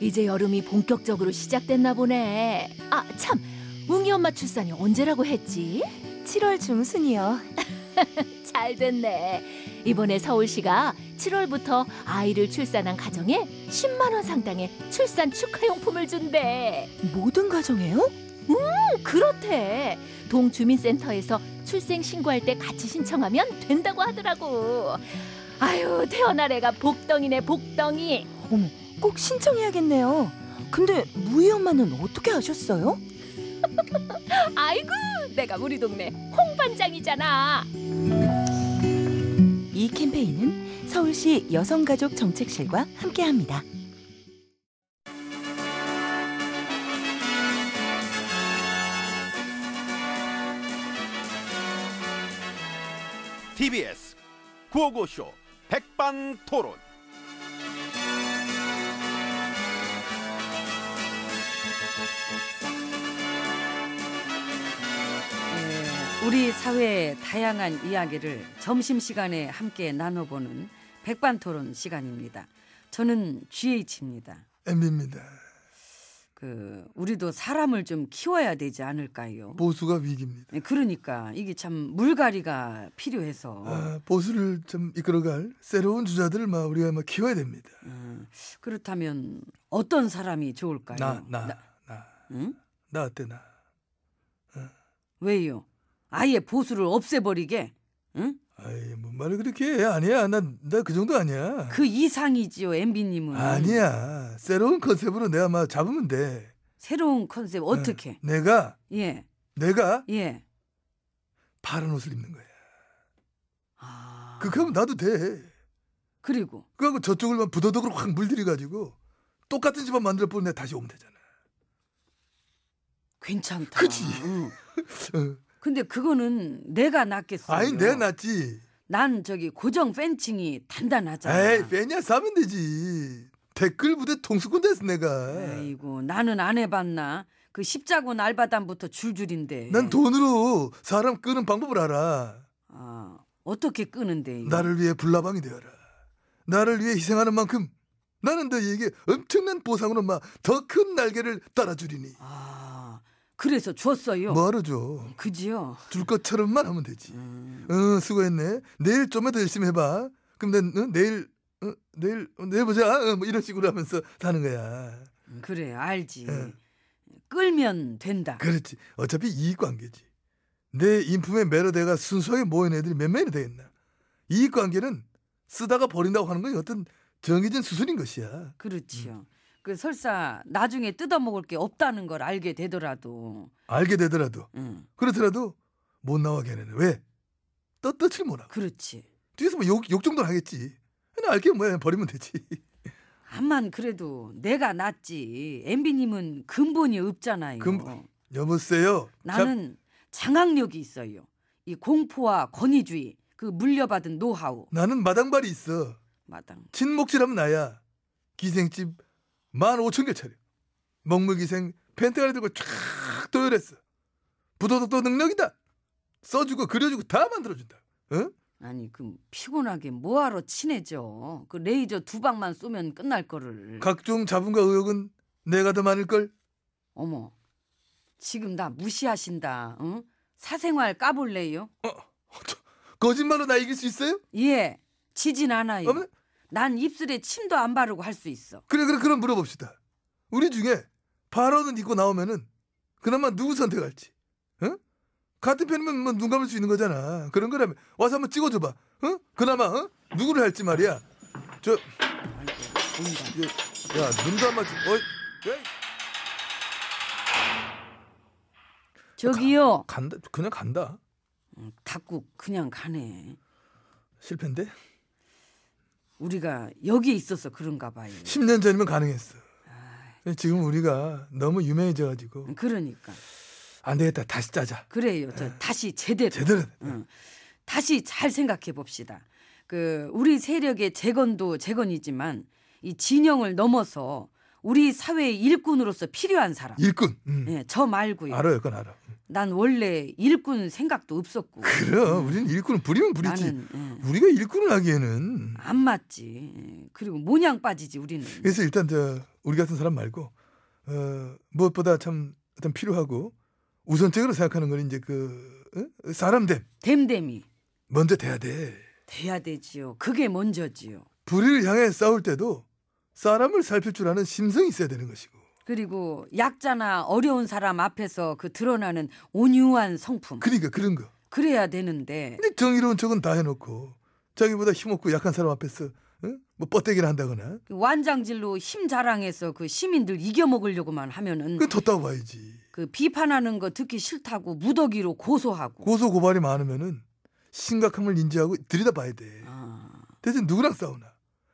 이제 여름이 본격적으로 시작됐나 보네. 아 참, 웅이 엄마 출산이 언제라고 했지? 7월 중순이요. 잘 됐네. 이번에 서울시가 7월부터 아이를 출산한 가정에 10만 원 상당의 출산 축하용품을 준대. 모든 가정에요? 음, 그렇대. 동주민센터에서 출생 신고할 때 같이 신청하면 된다고 하더라고. 아유 태어날 애가 복덩이네 복덩이. 꼭 신청해야겠네요. 근데 무희 엄마는 어떻게 아셨어요? 아이고 내가 우리 동네 홍 반장이잖아. 이 캠페인은 서울시 여성가족 정책실과 함께합니다. TBS 구호고쇼 백반토론. 예, 우리 사회의 다양한 이야기를 점심시간에 함께 나눠보는 백반토론 시간입니다. 저는 GH입니다. M입니다. 그 우리도 사람을 좀 키워야 되지 않을까요? 보수가 위기입니다. 예, 그러니까 이게 참 물갈이가 필요해서 아, 보수를 좀 이끌어갈 새로운 주자들을 막 우리가 막 키워야 됩니다. 음, 그렇다면 어떤 사람이 좋을까요? 나 나 나 나 응? 어때 나? 왜요? 아예 보수를 없애버리게? 응? 아이 뭔 말을 그렇게 해 아니야 나 나 그 정도 아니야. 그 이상이지요, MB님은. 아니야 새로운 컨셉으로 내가 막 잡으면 돼. 새로운 컨셉 어떻게? 어, 내가 예, 내가 예. 파란 옷을 입는 거야. 아, 그렇게 하면 나도 돼. 그리고 그리고 저쪽을 막 부도덕으로 확 물들이 가지고 똑같은 집안 만들어 보면 내가 다시 오면 되잖아. 괜찮다. 그치? 응. 어. 근데 그거는 내가 낫겠어. 아니 내가 낫지. 난 저기 고정 팬층이 단단하잖아. 에이 빼냐 사면 되지. 댓글 부대 통수꾼 됐어 내가. 아이고 나는 안 해봤나. 그 십자군 알바단부터 줄줄인데. 난 돈으로 사람 끄는 방법을 알아. 아, 어떻게 끄는데? 이거? 나를 위해 불나방이 되어라. 나를 위해 희생하는 만큼 나는 너에게 엄청난 보상으로 막 더 큰 날개를 따라주리니. 아, 그래서 줬어요. 뭐하러 줘. 그지요. 줄 것처럼만 하면 되지. 아, 음, 어, 수고했네. 내일 좀만 더 열심히 해봐. 그럼 난 어, 내일 어, 내일 어, 내일 보자. 어, 뭐 이런 식으로 하면서 사는 거야. 그래 알지. 예. 끌면 된다. 그렇지. 어차피 이익 관계지. 내 인품의 매료대가 순수하게 모인 애들이 몇 명이나 되겠나. 이익 관계는 쓰다가 버린다고 하는 건 어떤 정해진 수순인 것이야. 그렇지요. 그 설사 나중에 뜯어먹을 게 없다는 걸 알게 되더라도. 알게 되더라도 응. 그렇더라도 못 나와 걔네는 왜? 떳떳이 못하고 그렇지. 뒤에서 뭐 욕, 욕 정도는 하겠지. 그냥 알게 뭐야 그냥 버리면 되지. 암만 그래도 내가 낫지. 엠비님은 근본이 없잖아요. 근본. 여보세요. 나는 장악력이 있어요. 이 공포와 권위주의, 그 물려받은 노하우. 자, 나는 마당발이 있어. 마당. 친목질하면 나야. 기생집 만 오천 개 차려. 먹물기생 펜트가리 들고 쫙 도열했어. 부도덕도 능력이다. 써주고 그려주고 다 만들어준다. 응? 아니 그 피곤하게 뭐하러 친해져? 그 레이저 두 방만 쏘면 끝날 거를. 각종 자본과 의혹은 내가 더 많을 걸. 어머, 지금 나 무시하신다. 응? 사생활 까볼래요? 거짓말로 나 이길 수 있어요? 예, 지진 않아요. 어머, 난 입술에 침도 안 바르고 할 수 있어. 그래 그래 그럼 물어봅시다. 우리 중에 발언은 있고 나오면은 그나마 누구 선택할지. 응? 같은 편이면 뭐 눈 감을 수 있는 거잖아. 그런 거라면 와서 한번 찍어줘봐. 응? 그나마 응? 누구를 할지 말이야. 저 아이고, 온다. 야, 눈 감아주. 어이, 왜? 어, 저기요, 간다. 그냥 간다. 음, 닫고 그냥 가네. 실패인데? 우리가 여기 있어서 그런가 봐요. 10년 전이면 가능했어. 지금 우리가 너무 유명해져가지고 그러니까 안 되겠다. 다시 짜자. 그래요. 저 다시 제대로. 제대로. 응. 다시 잘 생각해 봅시다. 그 우리 세력의 재건도 재건이지만 이 진영을 넘어서 우리 사회의 일꾼으로서 필요한 사람. 일꾼. 음. 예, 저 말고요. 알아요, 그건 알아. 음. 난 원래 일꾼 생각도 없었고. 그럼 우리는 일꾼을 부리면 부리지. 음. 나는 예, 우리가 일꾼을 하기에는 안 맞지. 예, 그리고 모냥 빠지지 우리는. 그래서 일단 저 우리 같은 사람 말고 어, 무엇보다 참 어떤 필요하고 우선적으로 생각하는 건 이제 그 어? 사람됨 댐댐이 먼저 돼야 돼. 돼야 되지요. 그게 먼저지요. 불의를 향해 싸울 때도 사람을 살필 줄 아는 심성이 있어야 되는 것이고 그리고 약자나 어려운 사람 앞에서 그 드러나는 온유한 성품. 그러니까 그런 거 그래야 되는데 근데 정의로운 척은 다 해놓고 자기보다 힘없고 약한 사람 앞에서 어? 뭐 뻗대기를 한다거나 그 완장질로 힘 자랑해서 그 시민들 이겨먹으려고만 하면은 그건 뒀다고 봐야지 그 비판하는 거 듣기 싫다고 무더기로 고소하고 고소 고발이 많으면은 심각함을 인지하고 들여다봐야 돼 아, 대신 누구랑 싸우나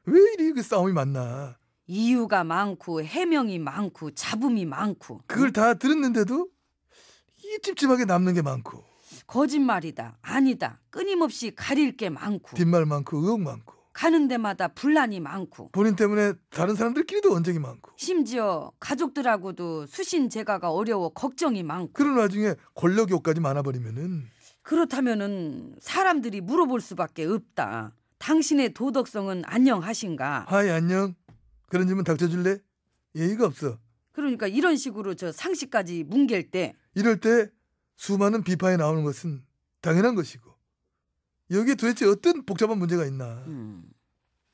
왜 이리 그 싸움이 많나 이유가 많고 해명이 많고 잡음이 많고 그걸 다 들었는데도 이 찝찝하게 남는 게 많고 거짓말이다 아니다 끊임없이 가릴 게 많고 뒷말 많고 의혹 많고 가는 데마다 분란이 많고 본인 때문에 다른 사람들끼리도 언쟁이 많고 심지어 가족들하고도 수신 제가가 어려워 걱정이 많고 그런 와중에 권력 욕까지 많아버리면은 그렇다면은 사람들이 물어볼 수밖에 없다 당신의 도덕성은 안녕하신가 하이 안녕. 그런 질문 닥쳐줄래? 예의가 없어. 그러니까 이런 식으로 저 상식까지 뭉갤 때 이럴 때 수많은 비판이 나오는 것은 당연한 것이고 여기에 도대체 어떤 복잡한 문제가 있나? 음,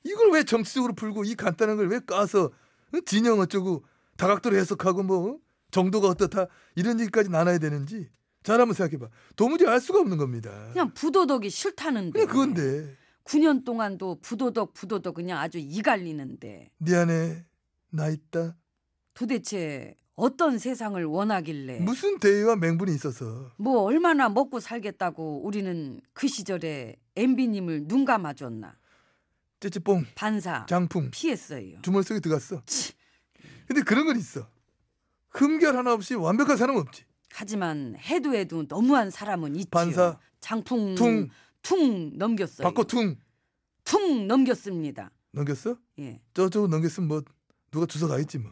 이걸 왜 정치적으로 풀고 이 간단한 걸 왜 까서 어? 진영 어쩌고 다각도로 해석하고 뭐 어? 정도가 어떻다 이런 얘기까지 나눠야 되는지 잘 한번 생각해봐. 도무지 알 수가 없는 겁니다. 그냥 부도덕이 싫다는데 그냥 그건데 9년 동안도 부도덕 부도덕 그냥 아주 이갈리는데 네 안에 나 있다. 도대체 어떤 세상을 원하길래 무슨 대의와 맹분이 있어서 뭐 얼마나 먹고 살겠다고 우리는 그 시절에 엠비님을 눈 감아줬나 찌찌뽕 반사 장풍 피했어요 주머니 속에 들어갔어. 치. 근데 그런 건 있어. 흠결 하나 없이 완벽한 사람은 없지. 하지만 해도 해도 너무한 사람은 있지요 반사. 장풍 퉁 퉁 넘겼어요 바꿔 퉁 퉁 넘겼습니다 넘겼어? 예. 저쪽으로 넘겼으면 뭐 누가 주워가 있지 뭐.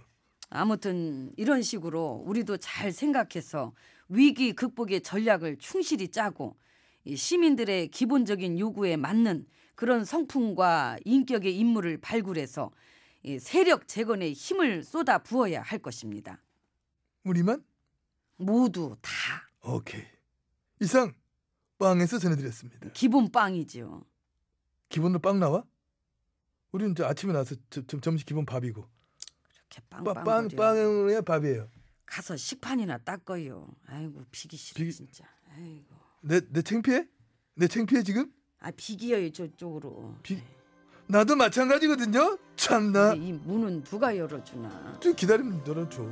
아무튼 이런 식으로 우리도 잘 생각해서 위기 극복의 전략을 충실히 짜고 이 시민들의 기본적인 요구에 맞는 그런 성품과 인격의 인물을 발굴해서 이 세력 재건에 힘을 쏟아 부어야 할 것입니다. 우리만? 모두 다 오케이. 이상 빵에서 전해드렸습니다. 기본 빵이지요. 기본으로 빵 나와? 우리는 저 아침에 나서 저, 저, 점심 기본 밥이고 이렇게 빵, 빵빵 빵 빵으로야 밥이에요. 가서 식판이나 닦어요. 아이고 비기 싫어 비기- 진짜. 아이고. 내 내 창피해? 내 창피해 지금? 아 비기어요 저쪽으로. 비- 나도 마찬가지거든요. 참나. 근데 이 문은 누가 열어주나. 좀 기다리면 열어줘.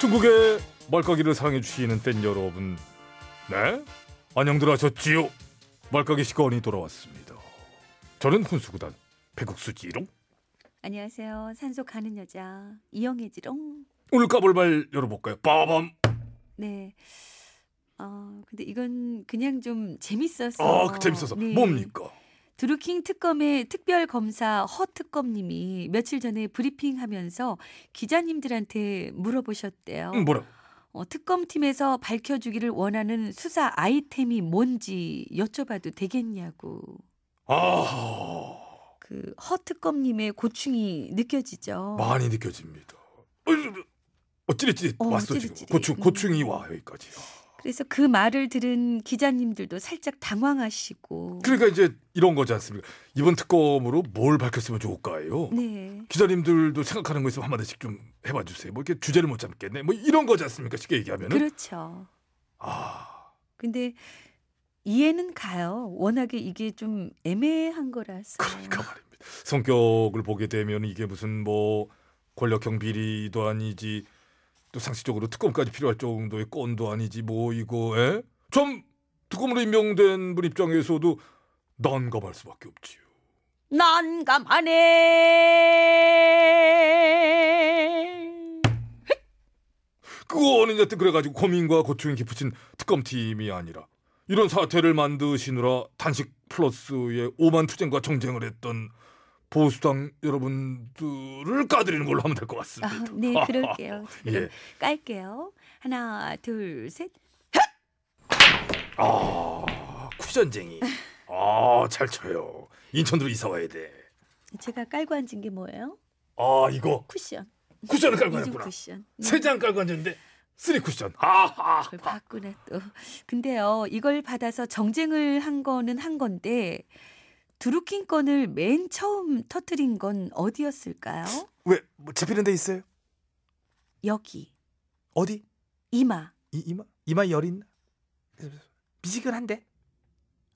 중국의 말까기를 사랑해 주시는 팬 여러분, 네 안녕들 하셨지요? 말까기 시간이 돌아왔습니다. 저는 훈수구단 백국수지롱. 안녕하세요. 산소 가는 여자 이영애지롱. 오늘 까불발 열어볼까요? 빠밤. 네. 어, 근데 이건 그냥 좀 재밌어서. 아, 그 재밌어서 네. 뭡니까? 드루킹 특검의 특별 검사 허 특검님이 며칠 전에 브리핑하면서 기자님들한테 물어보셨대요. 음, 뭐라? 어, 특검팀에서 밝혀주기를 원하는 수사 아이템이 뭔지 여쭤봐도 되겠냐고. 아, 그 허 특검님의 고충이 느껴지죠. 많이 느껴집니다. 어, 찌릿찌릿 어, 왔어 지금. 찌릿찌릿. 고충 음. 고충이 와 여기까지. 그래서 그 말을 들은 기자님들도 살짝 당황하시고. 그러니까 이제 이런 거지 않습니까? 이번 특검으로 뭘 밝혔으면 좋을까요? 네. 기자님들도 생각하는 거 있으면 한마디씩 좀 해봐 주세요. 뭐 이렇게 주제를 못 잡겠네. 뭐 이런 거지 않습니까? 쉽게 얘기하면은. 그렇죠. 아, 근데 이해는 가요. 워낙에 이게 좀 애매한 거라서. 그러니까 말입니다. 성격을 보게 되면 이게 무슨 뭐 권력형 비리도 아니지 또 상식적으로 특검까지 필요할 정도의 건도 아니지 뭐 이거 에? 좀 특검으로 임명된 분 입장에서도 난감할 수밖에 없지요. 난감하네. 그거는 여튼 그래가지고 고민과 고충이 깊으신 특검팀이 아니라 이런 사태를 만드시느라 단식 플러스의 오만 투쟁과 정쟁을 했던 보수당 여러분들을 까드리는 걸로 하면 될 것 아, 같습니다. 네, 그럴게요. 자, 그럼 예. 깔게요. 하나, 둘, 셋. 아, 쿠션쟁이. 아, 잘 쳐요. 인천으로 이사 와야 돼. 제가 깔고 앉은 게 뭐예요? 아, 이거 쿠션. 쿠션을 깔고 이중 앉았구나. 쿠션. 네. 세 장 깔고 앉았는데 쓰리 쿠션. 아하. 그걸 봤구나 또. 근데요, 이걸 받아서 정쟁을 한 거는 한 건데 두루킹 건을 맨 처음 터트린 건 어디였을까요? 왜? 뭐 잡히는 데 있어요? 여기 어디? 이마. 이 이마? 이마 열 있나? 미지근한데?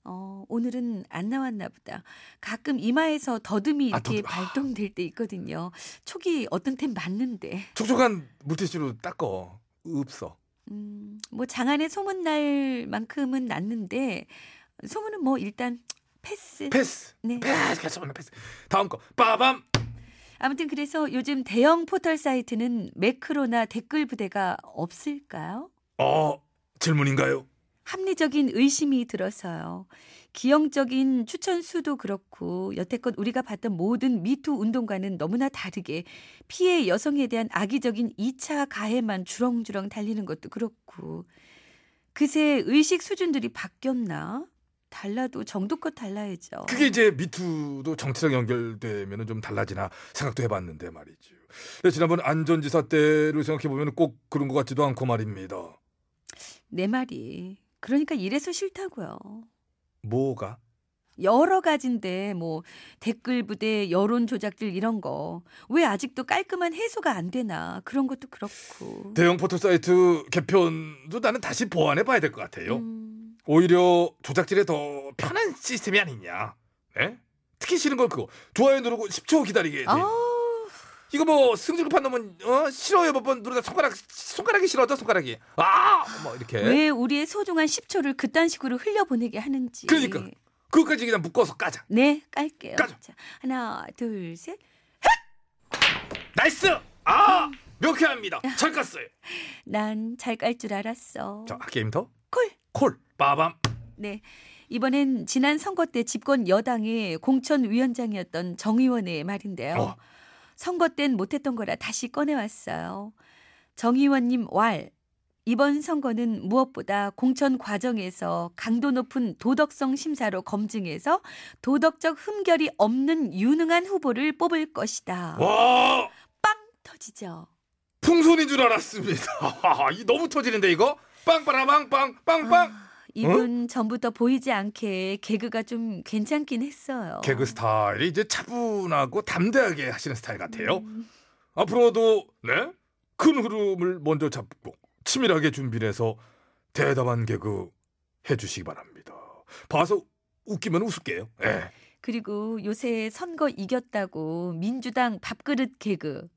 어, 오늘은 안 나왔나 보다. 가끔 이마에서 더듬이 아, 이렇게 더듬- 아. 발동될 때 있거든요. 초기 어떤 템 맞는데. 촉촉한 물티슈로 닦어. 없어. 음, 뭐 장안의 소문 날 만큼은 났는데 소문은 뭐 일단 패스. 패스. 네. 패스. 패스. 패스. 다음 거. 빠밤. 아무튼 그래서 요즘 대형 포털 사이트는 매크로나 댓글 부대가 없을까요? 아, 질문인가요? 합리적인 의심이 들어서요. 기형적인 추천 수도 그렇고 여태껏 우리가 봤던 모든 미투 운동과는 너무나 다르게 피해 여성에 대한 악의적인 2차 가해만 주렁주렁 달리는 것도 그렇고 그새 의식 수준들이 바뀌었나? 달라도 정도껏 달라야죠. 그게 이제 미투도 정치랑 연결되면 좀 달라지나 생각도 해봤는데 말이죠. 근데 지난번 안전지사 때를 생각해보면 꼭 그런 것 같지도 않고 말입니다. 내 말이. 그러니까 이래서 싫다고요. 뭐가? 여러 가지인데 뭐 댓글 부대 여론 조작들 이런 거 왜 아직도 깔끔한 해소가 안 되나 그런 것도 그렇고 대형 포털 사이트 개편도 나는 다시 보완해 봐야 될 것 같아요. 네. 음, 오히려 조작질에 더 편한 시스템이 아니냐. 네? 특히 싫은 건 그거. 좋아요 누르고 10초 기다리게. 돼. 아우, 이거 뭐 승질급한 놈은 어? 싫어요 몇 번 누르다 손가락 손가락이 싫어져 손가락이. 아! 뭐 이렇게. 왜 우리의 소중한 10초를 그딴 식으로 흘려보내게 하는지 그러니까. 그것까지 그냥 묶어서 까자. 네 깔게요 까죠. 자, 하나 둘셋 나이스! 아! 명쾌합니다. 잘 깠어요. 난 잘 깔 줄 알았어 자, 게임 더. 콜 콜. 빠밤. 네. 이번엔 지난 선거 때 집권 여당의 공천 위원장이었던 정 의원의 말인데요. 어. 선거 땐 못했던 거라 다시 꺼내왔어요. 정 의원님 왈. 이번 선거는 무엇보다 공천 과정에서 강도 높은 도덕성 심사로 검증해서 도덕적 흠결이 없는 유능한 후보를 뽑을 것이다. 어? 와! 터지죠. 풍선인 줄 알았습니다. 이 너무 터지는데 이거? 빵빠라빵빵 빵빵. 아, 이분 전부터 보이지 않게 개그가 좀 괜찮긴 했어요. 개그 스타일이 이제 차분하고 담대하게 하시는 스타일 같아요. 음. 앞으로도 네? 큰 흐름을 먼저 잡고 치밀하게 준비를 해서 대담한 개그 해주시기 바랍니다. 봐서 웃기면 웃을게요. 예. 그리고 요새 선거 이겼다고 민주당 밥그릇 개그.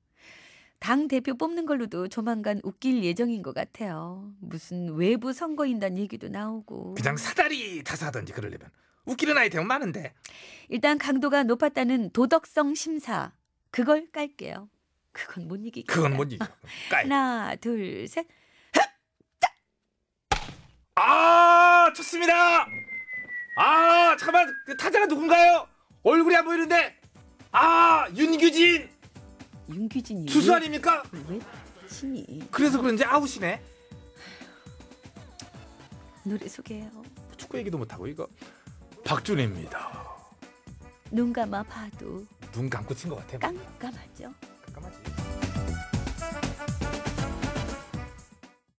당 대표 뽑는 걸로도 조만간 웃길 예정인 것 같아요. 무슨 외부 선거인단 얘기도 나오고. 그냥 사다리 타서 하든지 그러려면 웃기는 아이템은 많은데 일단 강도가 높았다는 도덕성 심사. 그걸 깔게요. 그건 못 이기겠다. 그건 뭔 얘기야? 까이. 하나, 둘, 셋. 아 좋습니다. 아 잠깐만 그 타자가 누군가요? 얼굴이 안 보이는데 아 윤규진 윤규진이 투수 아닙니까? 왜 예? 친이 그래서 그런지 아웃이네. 노래 소개해요. 축구 얘기도 못하고 이거 박준입니다. 눈 감아 봐도 눈 감고 친 것 같아요. 깜깜하죠.